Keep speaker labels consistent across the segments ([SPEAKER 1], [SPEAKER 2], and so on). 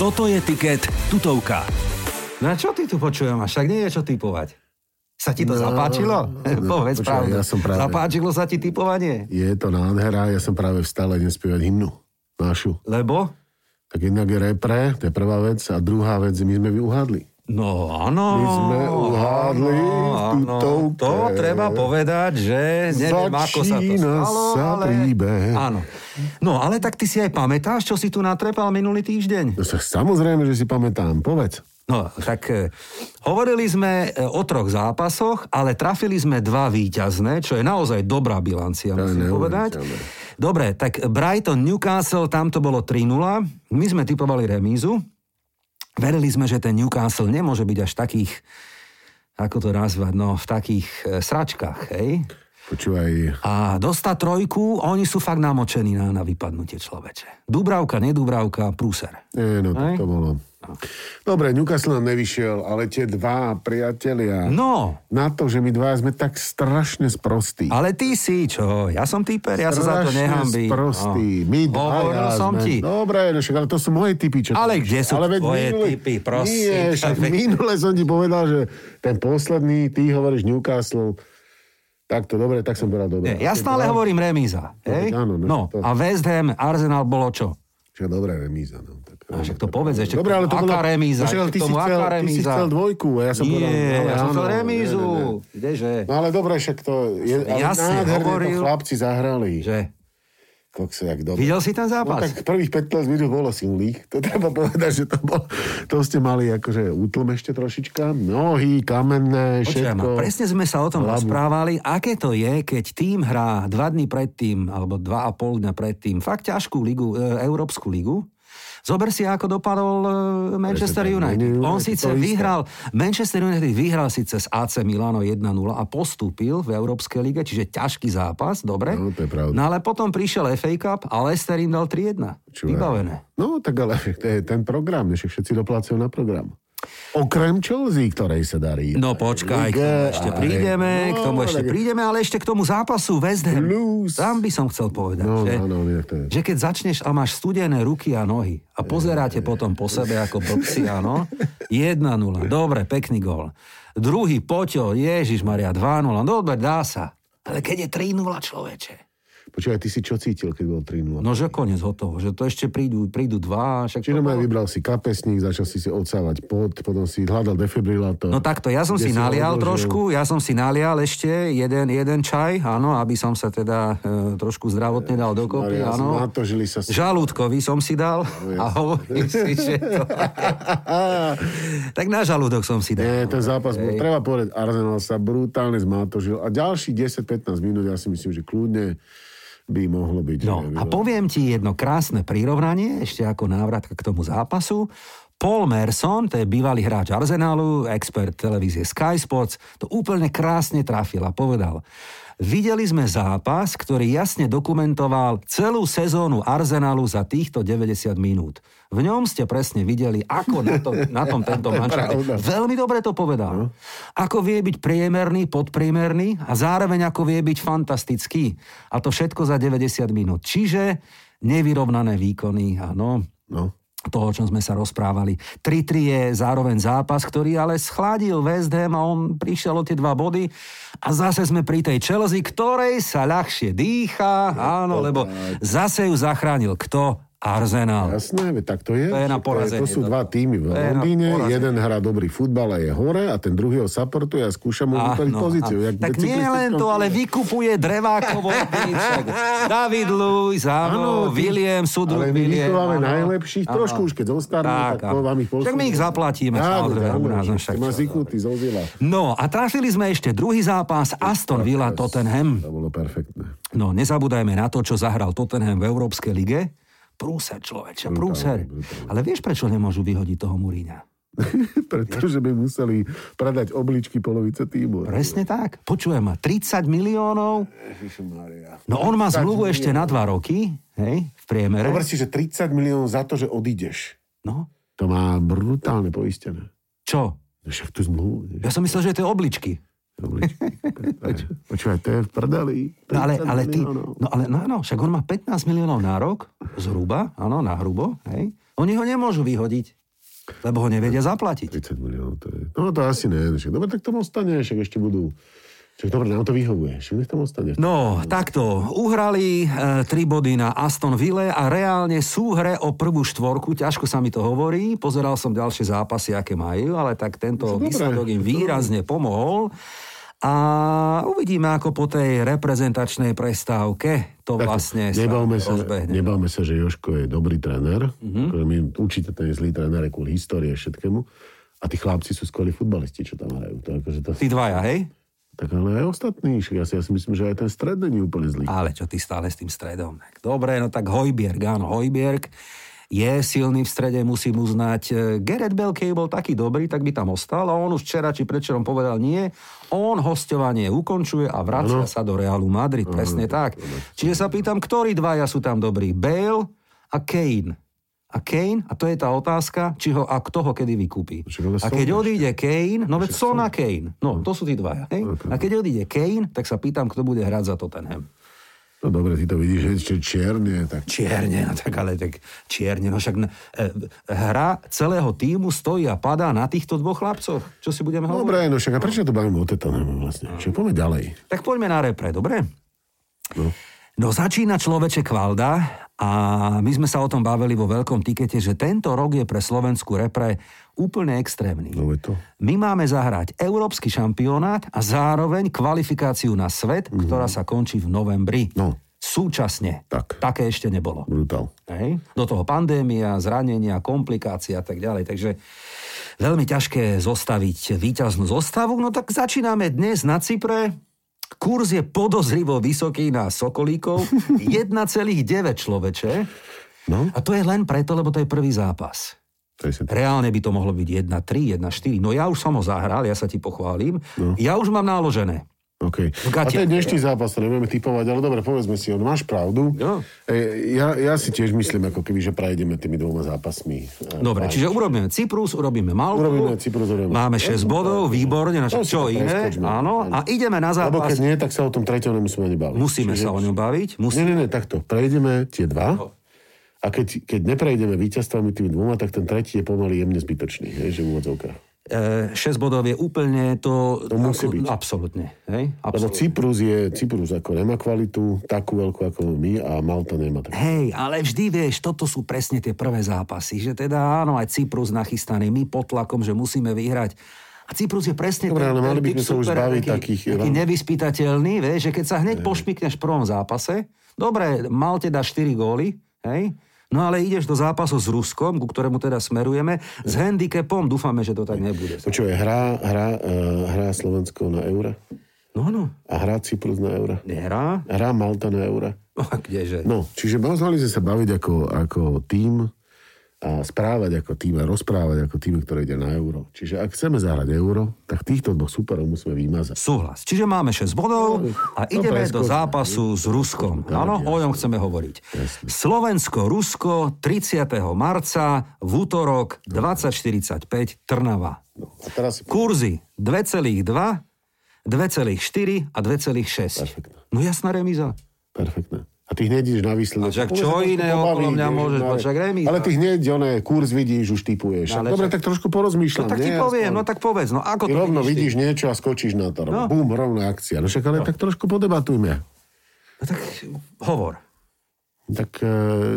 [SPEAKER 1] Toto je tiket tutovka.
[SPEAKER 2] No a čo ty tu počujem? A však nie je čo typovať. Sa ti to
[SPEAKER 3] No,
[SPEAKER 2] zapáčilo?
[SPEAKER 3] no,
[SPEAKER 2] Povedz
[SPEAKER 3] počúvaj,
[SPEAKER 2] pravdu.
[SPEAKER 3] ja som práve-
[SPEAKER 2] Zapáčilo sa ti typovanie?
[SPEAKER 3] Je to nádhera, ja som práve vstal aj nespievať hymnu našu.
[SPEAKER 2] Lebo?
[SPEAKER 3] Tak jednak je repre, to je prvá vec, a druhá vec, my sme ju uhádli.
[SPEAKER 2] No áno. No,
[SPEAKER 3] My sme uhádli v
[SPEAKER 2] áno, áno.
[SPEAKER 3] tutovke.
[SPEAKER 2] To treba povedať, že neviem, ako sa to
[SPEAKER 3] Začína
[SPEAKER 2] stalo,
[SPEAKER 3] sa
[SPEAKER 2] ale...
[SPEAKER 3] príbeh.
[SPEAKER 2] Áno. No ale tak ty si aj pamätáš, čo si tu natrepal minulý týždeň?
[SPEAKER 3] No sa- Samozrejme, že si pamätám, povedz.
[SPEAKER 2] No, tak eh, hovorili sme eh, o troch zápasoch, ale trafili sme dva víťazné, čo je naozaj dobrá bilancia,
[SPEAKER 3] To je
[SPEAKER 2] musím povedať. Dobre, tak Brighton, Newcastle, tam to bolo 3-0. My sme typovali remízu. Verili sme, že ten Newcastle nemôže byť až v takých, ako to nazvať, no v takých eh, sračkách, hej?
[SPEAKER 3] Počúvaj,
[SPEAKER 2] A dostať trojku, oni sú fakt namočení na, na vypadnutie človeče. Dubravka, nedubravka, prúser.
[SPEAKER 3] nie, no
[SPEAKER 2] Hej.
[SPEAKER 3] tak to bolo. Dobre, Newcastle nám nevyšiel, ale tie dva priatelia,
[SPEAKER 2] No,
[SPEAKER 3] na to, že my dva sme tak strašne sprostí.
[SPEAKER 2] ale ty si, čo? Ja som typer, ja sa za to
[SPEAKER 3] Strašne
[SPEAKER 2] nehambím. No.
[SPEAKER 3] Sprostý. My dva,
[SPEAKER 2] Hovoril
[SPEAKER 3] ja
[SPEAKER 2] som
[SPEAKER 3] sme.
[SPEAKER 2] ti.
[SPEAKER 3] Dobre, no však, ale to sú moje typy. Čo
[SPEAKER 2] Ale
[SPEAKER 3] tam
[SPEAKER 2] kde
[SPEAKER 3] píšeš.
[SPEAKER 2] sú
[SPEAKER 3] veď
[SPEAKER 2] tvoje
[SPEAKER 3] minule-
[SPEAKER 2] typy, prosím
[SPEAKER 3] Nie,
[SPEAKER 2] ťa,
[SPEAKER 3] však
[SPEAKER 2] veď-
[SPEAKER 3] minule som ti povedal, že ten posledný, ty hovoríš Newcastle, tak to dobre, tak som povedal dobre.
[SPEAKER 2] Nie, ja stále hovorím remíza. Hej?
[SPEAKER 3] áno, no,
[SPEAKER 2] no,
[SPEAKER 3] to-
[SPEAKER 2] a West Ham, Arsenal bolo čo?
[SPEAKER 3] Však dobrá remíza. No, tak,
[SPEAKER 2] A však to povedz ešte k
[SPEAKER 3] Dobre, ale to
[SPEAKER 2] tomu, aká
[SPEAKER 3] bola-
[SPEAKER 2] remíza,
[SPEAKER 3] Však, ale
[SPEAKER 2] ešte
[SPEAKER 3] ty,
[SPEAKER 2] k tomu,
[SPEAKER 3] si
[SPEAKER 2] aká
[SPEAKER 3] chcel, ty si
[SPEAKER 2] remíza?
[SPEAKER 3] chcel dvojku a ja som povedal... No,
[SPEAKER 2] Nie,
[SPEAKER 3] ale
[SPEAKER 2] ja som
[SPEAKER 3] áno,
[SPEAKER 2] chcel
[SPEAKER 3] ne, ne,
[SPEAKER 2] remízu.
[SPEAKER 3] ne.
[SPEAKER 2] Kdeže?
[SPEAKER 3] No ale dobre, však to... Je, ale
[SPEAKER 2] Ja si
[SPEAKER 3] nádherne
[SPEAKER 2] hovoril-
[SPEAKER 3] to chlapci zahrali. Že...
[SPEAKER 2] Že?
[SPEAKER 3] Kokse, jak dobre.
[SPEAKER 2] Videl si ten
[SPEAKER 3] No
[SPEAKER 2] zápas?
[SPEAKER 3] tak prvých 15 minút bolo silných. To treba povedať, že to, bol, to ste mali akože útlm ešte trošička. Nohy, kamenné,
[SPEAKER 2] Počúvaj
[SPEAKER 3] všetko.
[SPEAKER 2] ma, presne sme sa o tom
[SPEAKER 3] Labu.
[SPEAKER 2] rozprávali, aké to je, keď tým hrá dva dny predtým, alebo dva a pol dňa predtým, fakt ťažkú ligu, e, Európsku ligu. Zober si, ako dopadol e, Manchester
[SPEAKER 3] Presne tak, nie,
[SPEAKER 2] United.
[SPEAKER 3] nie,
[SPEAKER 2] On
[SPEAKER 3] to
[SPEAKER 2] síce
[SPEAKER 3] isté.
[SPEAKER 2] vyhral, Manchester United vyhral síce s AC Milano 1-0 a postúpil v Európskej lige, čiže ťažký zápas, dobre.
[SPEAKER 3] No, to je pravda.
[SPEAKER 2] No ale potom prišiel FA Cup a Leicester im dal 3-1.
[SPEAKER 3] Počúvaj.
[SPEAKER 2] Vybavené.
[SPEAKER 3] No tak ale to je ten program, že všetci doplácajú na program. Okrem Chelsea, ktorej sa darí.
[SPEAKER 2] No počkaj, k tomu ešte prídeme,
[SPEAKER 3] No,
[SPEAKER 2] k tomu ešte prídeme, ale ešte k tomu zápasu West Ham.
[SPEAKER 3] Blues.
[SPEAKER 2] Tam by som chcel povedať,
[SPEAKER 3] No,
[SPEAKER 2] že,
[SPEAKER 3] áno, nie, to je.
[SPEAKER 2] že keď začneš a máš studené ruky a nohy a pozeráte potom po sebe ako blbci, áno, 1-0, dobre, pekný gól. Druhý, Poťo, Ježiš Maria, 2-0, no dobre, dá sa. Ale keď je 3-0 človeče,
[SPEAKER 3] Počúvaj, ty si čo cítil, keď bol 3-0?
[SPEAKER 2] no že koniec hotovo, že to ešte prídu, prídu dva, však to...
[SPEAKER 3] Čiže ma vybral si kapesník, začal si si odsávať pot, potom si hľadal defibrilátor.
[SPEAKER 2] No takto, ja som
[SPEAKER 3] Kde
[SPEAKER 2] si
[SPEAKER 3] ho
[SPEAKER 2] nalial
[SPEAKER 3] odložil.
[SPEAKER 2] trošku, ja som si nalial ešte jeden, jeden čaj, áno, aby som sa teda e, trošku zdravotne dal dokopy,
[SPEAKER 3] Maria,
[SPEAKER 2] áno.
[SPEAKER 3] Natožili sa No, s-
[SPEAKER 2] Žalúdkový som si dal a hovorím si, že to... tak na žalúdok som si dal.
[SPEAKER 3] Nie, E, ten zápas bol, treba povedať, Arsenal sa brutálne zmátožil a ďalší 10-15 minút, ja si myslím, že kľudne by mohlo byť.
[SPEAKER 2] No
[SPEAKER 3] neviem.
[SPEAKER 2] a poviem ti jedno krásne prirovnanie, ešte ako návratka k tomu zápasu. Paul Merson, to je bývalý hráč Arsenalu, expert televízie Sky Sports, to úplne krásne trafil a povedal. Videli sme zápas, ktorý jasne dokumentoval celú sezónu Arsenalu za týchto 90 minút. V ňom ste presne videli, ako na tom, na tom tento manžel.
[SPEAKER 3] pravda.
[SPEAKER 2] Veľmi dobre to povedal. Ako vie byť priemerný, podpriemerný a zároveň ako vie byť fantastický. A to všetko za 90 minút. Čiže nevyrovnané výkony, áno.
[SPEAKER 3] no.
[SPEAKER 2] Toho, o čom sme sa rozprávali. 3-3 je zároveň zápas, ktorý ale schladil West Ham a on prišiel o tie dva body. A zase sme pri tej Chelsea, ktorej sa ľahšie dýcha.
[SPEAKER 3] No,
[SPEAKER 2] Áno, lebo zase ju zachránil kto? Arsenal.
[SPEAKER 3] Jasné, veď tak to je.
[SPEAKER 2] To je na
[SPEAKER 3] Však
[SPEAKER 2] porazenie,
[SPEAKER 3] To, je, to sú
[SPEAKER 2] toto.
[SPEAKER 3] dva týmy
[SPEAKER 2] To je
[SPEAKER 3] v
[SPEAKER 2] na
[SPEAKER 3] Londýne,
[SPEAKER 2] porazenie.
[SPEAKER 3] jeden hrá dobrý futbal a je hore a ten druhý ho supportuje a skúša mu vytvoriť
[SPEAKER 2] Áno,
[SPEAKER 3] pozíciu.
[SPEAKER 2] áno.
[SPEAKER 3] jak v
[SPEAKER 2] tak nie
[SPEAKER 3] cyklistickom
[SPEAKER 2] len to, ale
[SPEAKER 3] kole.
[SPEAKER 2] vykupuje drevákovo vodníček. David Luiz, áno,
[SPEAKER 3] ty-
[SPEAKER 2] William, Sudruh
[SPEAKER 3] Ale my
[SPEAKER 2] William.
[SPEAKER 3] vychováme
[SPEAKER 2] áno.
[SPEAKER 3] najlepších,
[SPEAKER 2] Áno.
[SPEAKER 3] trošku už keď zostanú, tak,
[SPEAKER 2] áno.
[SPEAKER 3] to vám ich
[SPEAKER 2] Však my ich zaplatíme, samozrejme, u nás, no však
[SPEAKER 3] Má
[SPEAKER 2] čo,
[SPEAKER 3] zvyknutý zo zila.
[SPEAKER 2] No a trafili sme ešte druhý zápas Aston Villa Tottenham.
[SPEAKER 3] To bolo perfektné.
[SPEAKER 2] No nezabúdajme na to, čo zahral Tottenham v Európskej lige. Prúser človeče, prúser. Ale vieš, prečo nemôžu vyhodiť toho Muríňa?
[SPEAKER 3] Pretože by museli predať obličky polovice týmu.
[SPEAKER 2] Presne tak. Počujem ma, 30 miliónov.
[SPEAKER 3] Ježišmária.
[SPEAKER 2] No on má zmluvu ešte na dva roky, hej, v priemere.
[SPEAKER 3] Dobre si, že 30 miliónov za to, že odídeš.
[SPEAKER 2] No,
[SPEAKER 3] To má brutálne poistené.
[SPEAKER 2] čo?
[SPEAKER 3] No Však tú zmluvu. vieš,
[SPEAKER 2] Ja som myslel, že to je obličky.
[SPEAKER 3] obličky. To je- Počúvaj, to je v prdeli.
[SPEAKER 2] No ale,
[SPEAKER 3] 30
[SPEAKER 2] ale ty,
[SPEAKER 3] miliónov.
[SPEAKER 2] no ale no, áno, však on má 15 miliónov na rok, zhruba, áno, na hrubo, hej. Oni ho nemôžu vyhodiť, lebo ho nevedia zaplatiť.
[SPEAKER 3] 30 miliónov to je. No to asi ne. Však, dobre, tak tam ostane, však ešte budú. Však dobre, nám to vyhovuje, však nech tam ostane.
[SPEAKER 2] No, takto. Uhrali e, tri body na Aston Ville a reálne sú hre o prvú štvorku. Ťažko sa mi to hovorí. Pozeral som ďalšie zápasy, aké majú, ale tak tento
[SPEAKER 3] No, dobre.
[SPEAKER 2] výsledok im výrazne pomohol. A uvidíme, ako po tej reprezentačnej prestávke to vlastne sa
[SPEAKER 3] nebavme sa,
[SPEAKER 2] rozbehne. Mhm.
[SPEAKER 3] nebavme sa, že Joško je dobrý tréner. Mm-hmm. My určite ten je zlý tréner je kvôli histórie a všetkému. A tí chlapci sú skvelí futbalisti, čo tam hrajú. To, je akože to,
[SPEAKER 2] Tí dvaja, hej?
[SPEAKER 3] tak ale aj ostatní. však Ja si, ja si myslím, že aj ten stred není úplne zlý.
[SPEAKER 2] Ale čo ty stále s tým stredom? Tak Dobre, no tak Hojbjerg, áno, Hojbjerg je silný v strede, musím uznať. E, Gareth Bell, keď bol taký dobrý, tak by tam ostal a on už včera či predčerom povedal nie. On hostovanie ukončuje a vracia sa do Realu Madrid, presne tak. Čiže sa pýtam, ktorí dvaja sú tam dobrí? Bale a Kane. A Kane, a to je tá otázka, či ho a kto ho kedy vykúpi.
[SPEAKER 3] Však ale
[SPEAKER 2] A
[SPEAKER 3] Son
[SPEAKER 2] keď
[SPEAKER 3] ešte.
[SPEAKER 2] odíde Kane, no veď Son a Kane, no to sú tí dvaja. Hej? A keď odíde Kane, tak sa pýtam, kto bude hrať za Tottenham.
[SPEAKER 3] No dobre, ty to vidíš, že ešte čierne. Tak...
[SPEAKER 2] Čierne, no tak ale tak čierne, no však e, hra celého týmu stojí a padá na týchto dvoch chlapcoch. Čo si budeme hovoriť?
[SPEAKER 3] Dobre, no však a prečo to bavíme o tetanemu vlastne? Čiže poďme ďalej.
[SPEAKER 2] Tak poďme na repre, dobre?
[SPEAKER 3] No.
[SPEAKER 2] No začína človeče Kvalda a my sme sa o tom bavili vo veľkom tikete, že tento rok je pre slovenskú repre úplne extrémny.
[SPEAKER 3] No je to.
[SPEAKER 2] My máme zahrať európsky šampionát a zároveň kvalifikáciu na svet, ktorá sa končí v novembri.
[SPEAKER 3] Mhm. No.
[SPEAKER 2] Súčasne.
[SPEAKER 3] Tak.
[SPEAKER 2] Také ešte nebolo.
[SPEAKER 3] Brutál.
[SPEAKER 2] Hej? Do toho pandémia, zranenia, komplikácia a tak ďalej. Takže veľmi ťažké zostaviť výťaznú zostavu. No tak začíname dnes na Cypre. Kurz je podozrivo vysoký na Sokolíkov. 1,9 človeče.
[SPEAKER 3] No,
[SPEAKER 2] A to je len preto, lebo to je prvý zápas.
[SPEAKER 3] to je
[SPEAKER 2] Reálne by to mohlo byť 1-3, 1-4. No ja už som ho zahral, ja sa ti pochválim. Ja už mám náložené.
[SPEAKER 3] OK. A
[SPEAKER 2] gatiach.
[SPEAKER 3] ten dnešný zápas, to nevieme typovať, ale dobre, povedzme si, on máš pravdu.
[SPEAKER 2] Jo.
[SPEAKER 3] E, ja, ja si tiež myslím, ako keby, že prejdeme tými dvoma zápasmi. E,
[SPEAKER 2] Dobre,
[SPEAKER 3] fajn.
[SPEAKER 2] čiže urobíme Cyprus, urobíme Malku.
[SPEAKER 3] Urobíme Cyprus, urobíme. Ehm,
[SPEAKER 2] Máme 6 bodov, výborne, no však
[SPEAKER 3] To si
[SPEAKER 2] čo
[SPEAKER 3] to
[SPEAKER 2] iné,
[SPEAKER 3] preskočme.
[SPEAKER 2] áno. A ideme na
[SPEAKER 3] Lebo keď
[SPEAKER 2] zápas.
[SPEAKER 3] nie, tak sa o tom treťom nemusíme ani baviť.
[SPEAKER 2] Musíme sa o No. ňom baviť.
[SPEAKER 3] Nie,
[SPEAKER 2] Musí...
[SPEAKER 3] nie, nie, takto. Prejdeme tie dva. A keď, keď neprejdeme víťazstvami tými dvoma, tak ten tretí je pomaly jemne zbytočný, hej, že v úvodzovkách.
[SPEAKER 2] E, 6 bodov je úplne to...
[SPEAKER 3] To musí byť.
[SPEAKER 2] Absolutne. Hej?
[SPEAKER 3] Lebo
[SPEAKER 2] Absolutne.
[SPEAKER 3] Cyprus je, Cyprus ako nemá kvalitu, takú veľkú ako my a Malta nemá takú.
[SPEAKER 2] Hej, ale vždy vieš, toto sú presne tie prvé zápasy, že teda áno, aj Cyprus nachystaný, my pod tlakom, že musíme vyhrať. A Cyprus je presne
[SPEAKER 3] Dobre, ale mali by
[SPEAKER 2] typ
[SPEAKER 3] sme sa už
[SPEAKER 2] supera,
[SPEAKER 3] baviť
[SPEAKER 2] taký-
[SPEAKER 3] takých-
[SPEAKER 2] taký nevyspytateľný, vieš, že keď sa hneď pošpikneš v prvom zápase, dobre, Malte dá 4 góly, hej, no ale ideš do zápasu s Ruskom, ku ktorému teda smerujeme, s handicapom, dúfame, že to tak nebude.
[SPEAKER 3] Počúvaj, hrá, hrá, e, hrá Slovensko na eura
[SPEAKER 2] No, no,
[SPEAKER 3] a hrá Cyprus na eura.
[SPEAKER 2] nehrá,
[SPEAKER 3] Hrá Malta na eura.
[SPEAKER 2] no a kdeže.
[SPEAKER 3] No, čiže mali sme sa baviť ako, ako tým a správať ako tým a rozprávať ako tým, ktorý ide na euro. Čiže ak chceme zahrať euro, tak týchto dvoch superov musíme vymazať.
[SPEAKER 2] Súhlas. Čiže máme 6 bodov a
[SPEAKER 3] No, to
[SPEAKER 2] ideme do
[SPEAKER 3] preskočme.
[SPEAKER 2] zápasu s Ruskom. Áno, o ňom chceme hovoriť. Slovensko-Rusko 30. marca v útorok 2045 Trnava.
[SPEAKER 3] No, a teraz si...
[SPEAKER 2] Kurzy 2,2, 2,4 a 2,6.
[SPEAKER 3] Perfektné.
[SPEAKER 2] No jasná remíza.
[SPEAKER 3] Perfektné. A ty hneď ideš na
[SPEAKER 2] A
[SPEAKER 3] výsledok.
[SPEAKER 2] však
[SPEAKER 3] Poďme
[SPEAKER 2] čo
[SPEAKER 3] sa trošku
[SPEAKER 2] iné okolo mňa
[SPEAKER 3] ideš
[SPEAKER 2] môžeš
[SPEAKER 3] na-
[SPEAKER 2] mať, však remíza.
[SPEAKER 3] Ale ty hneď, oné, kurz vidíš, už typuješ.
[SPEAKER 2] No, ale
[SPEAKER 3] Dobre,
[SPEAKER 2] však-
[SPEAKER 3] tak trošku porozmýšľam.
[SPEAKER 2] Tak ti
[SPEAKER 3] nie?
[SPEAKER 2] poviem,
[SPEAKER 3] Aspoň.
[SPEAKER 2] no tak povedz, no ako
[SPEAKER 3] Ty
[SPEAKER 2] to
[SPEAKER 3] rovno
[SPEAKER 2] vidíš ty?
[SPEAKER 3] vidíš niečo a skočíš na to. No. Bum, rovná akcia. No však ale tak trošku podebatujme.
[SPEAKER 2] No tak hovor.
[SPEAKER 3] Tak e,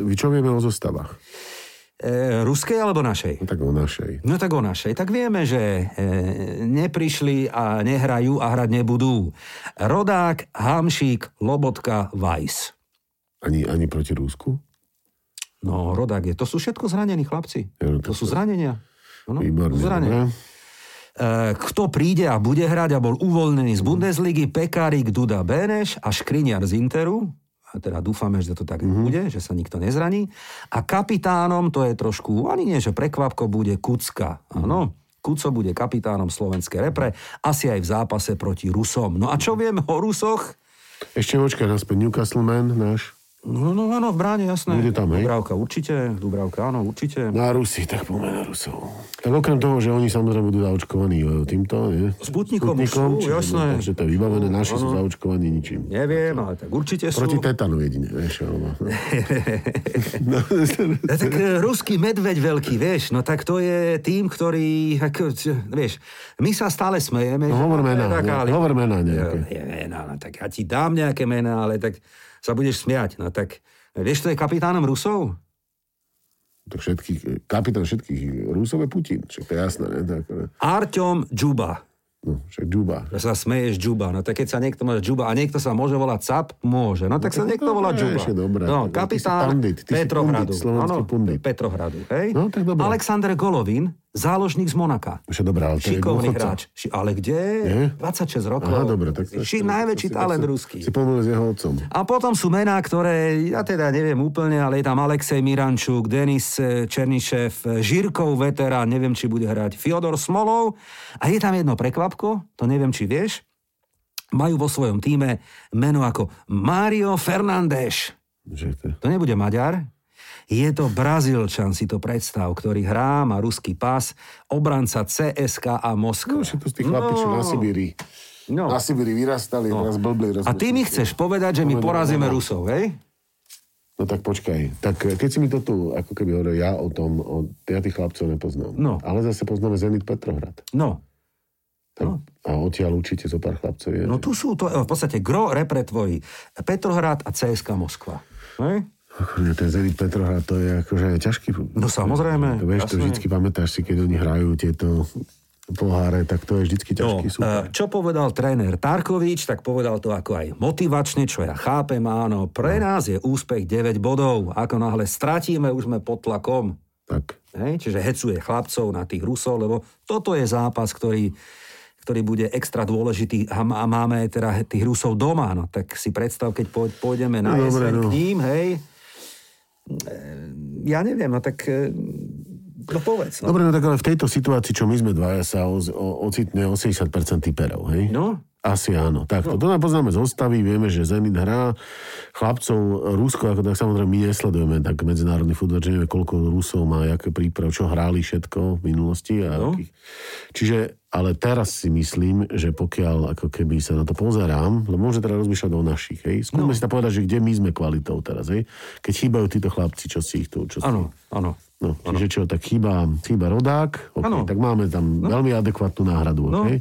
[SPEAKER 3] vy čo vieme o zostavách?
[SPEAKER 2] E, ruskej alebo našej?
[SPEAKER 3] No tak o našej.
[SPEAKER 2] No tak o našej. Tak vieme, že e, neprišli a nehrajú a hrať nebudú. Rodák, Hamšík, Lobotka, Vajs.
[SPEAKER 3] Ani, ani proti Rúsku?
[SPEAKER 2] No, Rodák je. To sú všetko zranení chlapci.
[SPEAKER 3] Ja, no tak
[SPEAKER 2] To sú
[SPEAKER 3] to-
[SPEAKER 2] zranenia. No,
[SPEAKER 3] Výborne.
[SPEAKER 2] zranenia. E,
[SPEAKER 3] dobre.
[SPEAKER 2] kto príde a bude hrať a bol uvoľnený z
[SPEAKER 3] Mhm.
[SPEAKER 2] Bundesligy, Pekárik, Duda Beneš a Škriniar z Interu, a teda dúfame, že to tak
[SPEAKER 3] Mhm.
[SPEAKER 2] bude, že sa nikto nezraní. A kapitánom, to je trošku, ani nie, že prekvapko, bude Kucka. Áno,
[SPEAKER 3] Mhm.
[SPEAKER 2] Kuco bude kapitánom slovenskej repre, asi aj v zápase proti Rusom. No a čo viem o Rusoch?
[SPEAKER 3] Ešte počkaj, naspäť Newcastle Man náš.
[SPEAKER 2] No, no, áno, v bráne, jasné.
[SPEAKER 3] Bude tam, hej?
[SPEAKER 2] Dubravka určite, Dubravka, áno, určite.
[SPEAKER 3] No a Rusi, tak poďme na Rusov. Tak okrem toho, že oni samozrejme budú zaočkovaní e, týmto, nie?
[SPEAKER 2] Sputnikom už sú,
[SPEAKER 3] čiže- no,
[SPEAKER 2] jasné.
[SPEAKER 3] Takže to je vybavené, naši sú zaočkovaní ničím.
[SPEAKER 2] Neviem, ale tak určite sú.
[SPEAKER 3] Proti tetanu jedine, vieš. Alebo, no. no.
[SPEAKER 2] No, tak e, ruský medveď veľký, vieš, no tak to je tým, ktorý, ako, čo, vieš, my sa stále smejeme.
[SPEAKER 3] No, hovor mená,
[SPEAKER 2] Tak,
[SPEAKER 3] ne-
[SPEAKER 2] ale-
[SPEAKER 3] hovor mená nejaké.
[SPEAKER 2] Jo, Je, mená, no, tak ja ti dám nejaké mená, ale tak sa budeš smiať. No tak, vieš, to je kapitánom Rusov?
[SPEAKER 3] To všetkých, e, kapitán všetkých Rusov je Putin, však to je jasné, ne? Tak, ne?
[SPEAKER 2] Arťom Džuba.
[SPEAKER 3] No, však Džuba.
[SPEAKER 2] Že sa smeješ Džuba. No tak keď sa niekto môže Džuba a niekto sa môže volať Cap, môže. No tak sa
[SPEAKER 3] tak
[SPEAKER 2] niekto
[SPEAKER 3] dobre,
[SPEAKER 2] volá Džuba.
[SPEAKER 3] ešte dobré.
[SPEAKER 2] No,
[SPEAKER 3] Ty si
[SPEAKER 2] kapitán
[SPEAKER 3] pandit, ty si
[SPEAKER 2] Petrohradu.
[SPEAKER 3] pundit, slovenský
[SPEAKER 2] Áno,
[SPEAKER 3] pundit.
[SPEAKER 2] Petrohradu, hej?
[SPEAKER 3] No, tak dobre.
[SPEAKER 2] Alexander Golovin, záložník z Monaka.
[SPEAKER 3] Však dobrá, ale to je
[SPEAKER 2] Šikovný
[SPEAKER 3] dôchodca.
[SPEAKER 2] hráč. Ši- Ale kde?
[SPEAKER 3] Nie?
[SPEAKER 2] 26 rokov.
[SPEAKER 3] Aha, dobre. Tak,
[SPEAKER 2] Ši,
[SPEAKER 3] tak-
[SPEAKER 2] najväčší
[SPEAKER 3] tak si-
[SPEAKER 2] talent
[SPEAKER 3] tak si-
[SPEAKER 2] ruský.
[SPEAKER 3] Si pomýlil s jeho otcom.
[SPEAKER 2] A potom sú mená, ktoré, ja teda neviem úplne, ale je tam Alexej Mirančuk, Denis e, Černišev, e, Žirkov veterán, neviem, či bude hrať, Fiodor Smolov. A je tam jedno prekvapko, to neviem, či vieš. Majú vo svojom týme meno ako Mario Fernández.
[SPEAKER 3] Že to...
[SPEAKER 2] To nebude Maďar, je to Brazílčan, si to predstav, ktorý hrá, má ruský pás, obranca CSK a
[SPEAKER 3] No,
[SPEAKER 2] Moskva.
[SPEAKER 3] však to sú tí chlapi, čo na Sibíri.
[SPEAKER 2] No.
[SPEAKER 3] Na Sibíri vyrastali, teraz blbli. raz
[SPEAKER 2] A ty mi
[SPEAKER 3] blbli.
[SPEAKER 2] chceš povedať, že my porazíme Rusov, hej?
[SPEAKER 3] No tak počkaj, tak e, keď si mi to tu, ako keby hovoril ja o tom, o, ja tých chlapcov nepoznám.
[SPEAKER 2] No.
[SPEAKER 3] Ale zase poznáme Zenit Petrohrad.
[SPEAKER 2] No,
[SPEAKER 3] Tak, no. A odtiaľ určite zo pár chlapcov je.
[SPEAKER 2] no tu sú to, v podstate gro repre tvoji. Petrohrad a CSK Moskva. Hej?
[SPEAKER 3] Akože ten Zenit Petrohrad, to je akože ťažký.
[SPEAKER 2] No samozrejme,
[SPEAKER 3] To, vieš, to
[SPEAKER 2] jasné.
[SPEAKER 3] vždycky pamätáš si, keď oni hrajú tieto poháre, tak to je vždycky ťažký
[SPEAKER 2] e,
[SPEAKER 3] no,
[SPEAKER 2] čo povedal tréner Tarkovič, tak povedal to ako aj motivačne, čo ja chápem, áno. Pre nás je úspech 9 bodov. Ako náhle stratíme, už sme pod tlakom.
[SPEAKER 3] Tak.
[SPEAKER 2] Hej? Čiže hecuje chlapcov na tých Rusov, lebo toto je zápas, ktorý, ktorý bude extra dôležitý a má- a máme teda he- tých Rusov doma. No tak si predstav, keď pôj- pôjdeme na no,
[SPEAKER 3] No, dobre,
[SPEAKER 2] jeseň
[SPEAKER 3] no.
[SPEAKER 2] k ním, hej. E, Ja neviem, no tak e, no povedz. No.
[SPEAKER 3] Dobre, no tak ale v tejto situácii, čo my sme dvaja, sa o, o, ocitne 80% typerov, hej?
[SPEAKER 2] no?
[SPEAKER 3] Asi áno. Takto. To nám poznáme z ostavy, vieme, že Zenit hrá chlapcov Rusko, ako tak samozrejme my nesledujeme tak medzinárodný futbol, že nevieme, koľko Rusov má, aké príprav, čo hráli všetko v minulosti. A
[SPEAKER 2] No.
[SPEAKER 3] akých. Čiže, ale teraz si myslím, že pokiaľ ako keby sa na to pozerám, lebo môže teda rozmýšľať o našich, hej?
[SPEAKER 2] No.
[SPEAKER 3] Skúsme si to povedať, že kde my sme kvalitou teraz, hej? Keď chýbajú títo chlapci, čo si ich tu, čo si
[SPEAKER 2] Áno, áno.
[SPEAKER 3] No, čiže čo, tak chýba, chýba rodák, okay,
[SPEAKER 2] Áno.
[SPEAKER 3] tak máme tam no. veľmi adekvátnu náhradu.
[SPEAKER 2] No.
[SPEAKER 3] Okay?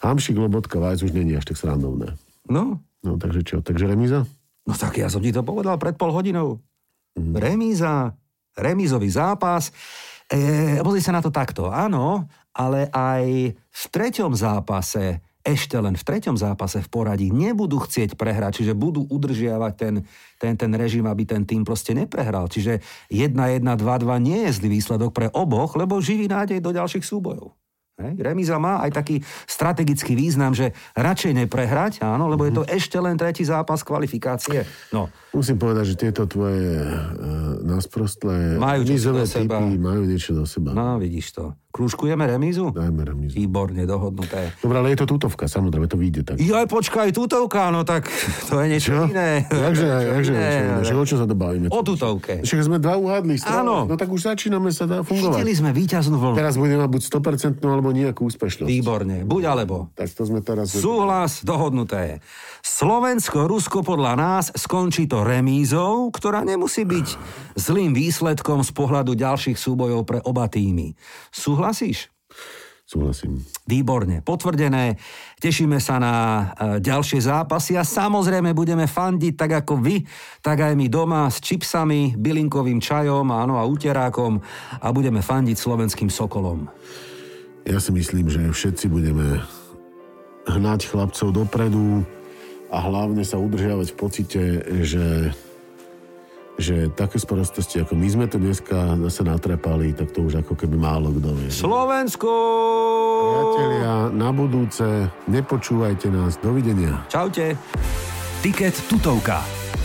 [SPEAKER 3] Hamšik, Lobotka, Vajc už není až tak srandovné.
[SPEAKER 2] No?
[SPEAKER 3] No takže čo, takže remíza?
[SPEAKER 2] No tak ja som ti to povedal pred pol hodinou. Remíza, remízový zápas. E, pozri sa na to takto, áno, ale aj v treťom zápase, ešte len v treťom zápase v poradí nebudú chcieť prehrať, čiže budú udržiavať ten, ten, ten režim, aby ten tým proste neprehral. Čiže 1-1, 2-2 nie je zlý výsledok pre oboch, lebo živí nádej do ďalších súbojov. Hej? Remíza má aj taký strategický význam, že radšej neprehrať, áno, lebo je to ešte len tretí zápas kvalifikácie. No,
[SPEAKER 3] Musím povedať, že tieto tvoje e, nasprostlé
[SPEAKER 2] Majú čo
[SPEAKER 3] remízové
[SPEAKER 2] do seba.
[SPEAKER 3] typy majú niečo do seba.
[SPEAKER 2] no vidíš to. Krúžkujeme remízu?
[SPEAKER 3] Dajme remízu.
[SPEAKER 2] Výborne, dohodnuté.
[SPEAKER 3] Dobre, ale je to tutovka, samozrejme, to vyjde tak.
[SPEAKER 2] Joj, počkaj, tutovka, no tak to je niečo
[SPEAKER 3] Čo?
[SPEAKER 2] iné.
[SPEAKER 3] Jakže,
[SPEAKER 2] Niečo
[SPEAKER 3] jakže,
[SPEAKER 2] iné,
[SPEAKER 3] jakže,
[SPEAKER 2] ale-
[SPEAKER 3] že o čo sa to bavíme?
[SPEAKER 2] O tutovke.
[SPEAKER 3] Však sme dva uhádli stroj.
[SPEAKER 2] Áno.
[SPEAKER 3] No tak už začíname sa dá
[SPEAKER 2] Chytili
[SPEAKER 3] fungovať.
[SPEAKER 2] sme víťaznú vlnu.
[SPEAKER 3] Teraz budeme mať buď 100% alebo nejakú úspešnosť.
[SPEAKER 2] Výborne, buď alebo.
[SPEAKER 3] Tak to sme teraz...
[SPEAKER 2] Súhlas dohodnuté. Slovensko-Rusko podľa nás skončí to remízou, ktorá nemusí byť zlým výsledkom z pohľadu ďalších súbojov pre oba týmy. Súhlasíš?
[SPEAKER 3] Súhlasím.
[SPEAKER 2] Výborne, potvrdené. Tešíme sa na e, ďalšie zápasy a samozrejme budeme fandiť tak ako vy, tak aj my doma s čipsami, bylinkovým čajom áno, a uterákom a budeme fandiť slovenským sokolom.
[SPEAKER 3] Ja si myslím, že všetci budeme hnať chlapcov dopredu a hlavne sa udržiavať v pocite, že, že také sporostosti, ako my sme tu dneska zase natrepali, tak to už ako keby málo kto vie.
[SPEAKER 2] Slovensko!
[SPEAKER 3] Priatelia, na budúce, nepočúvajte nás. Dovidenia.
[SPEAKER 2] Čaute.
[SPEAKER 1] Tiket tutovka.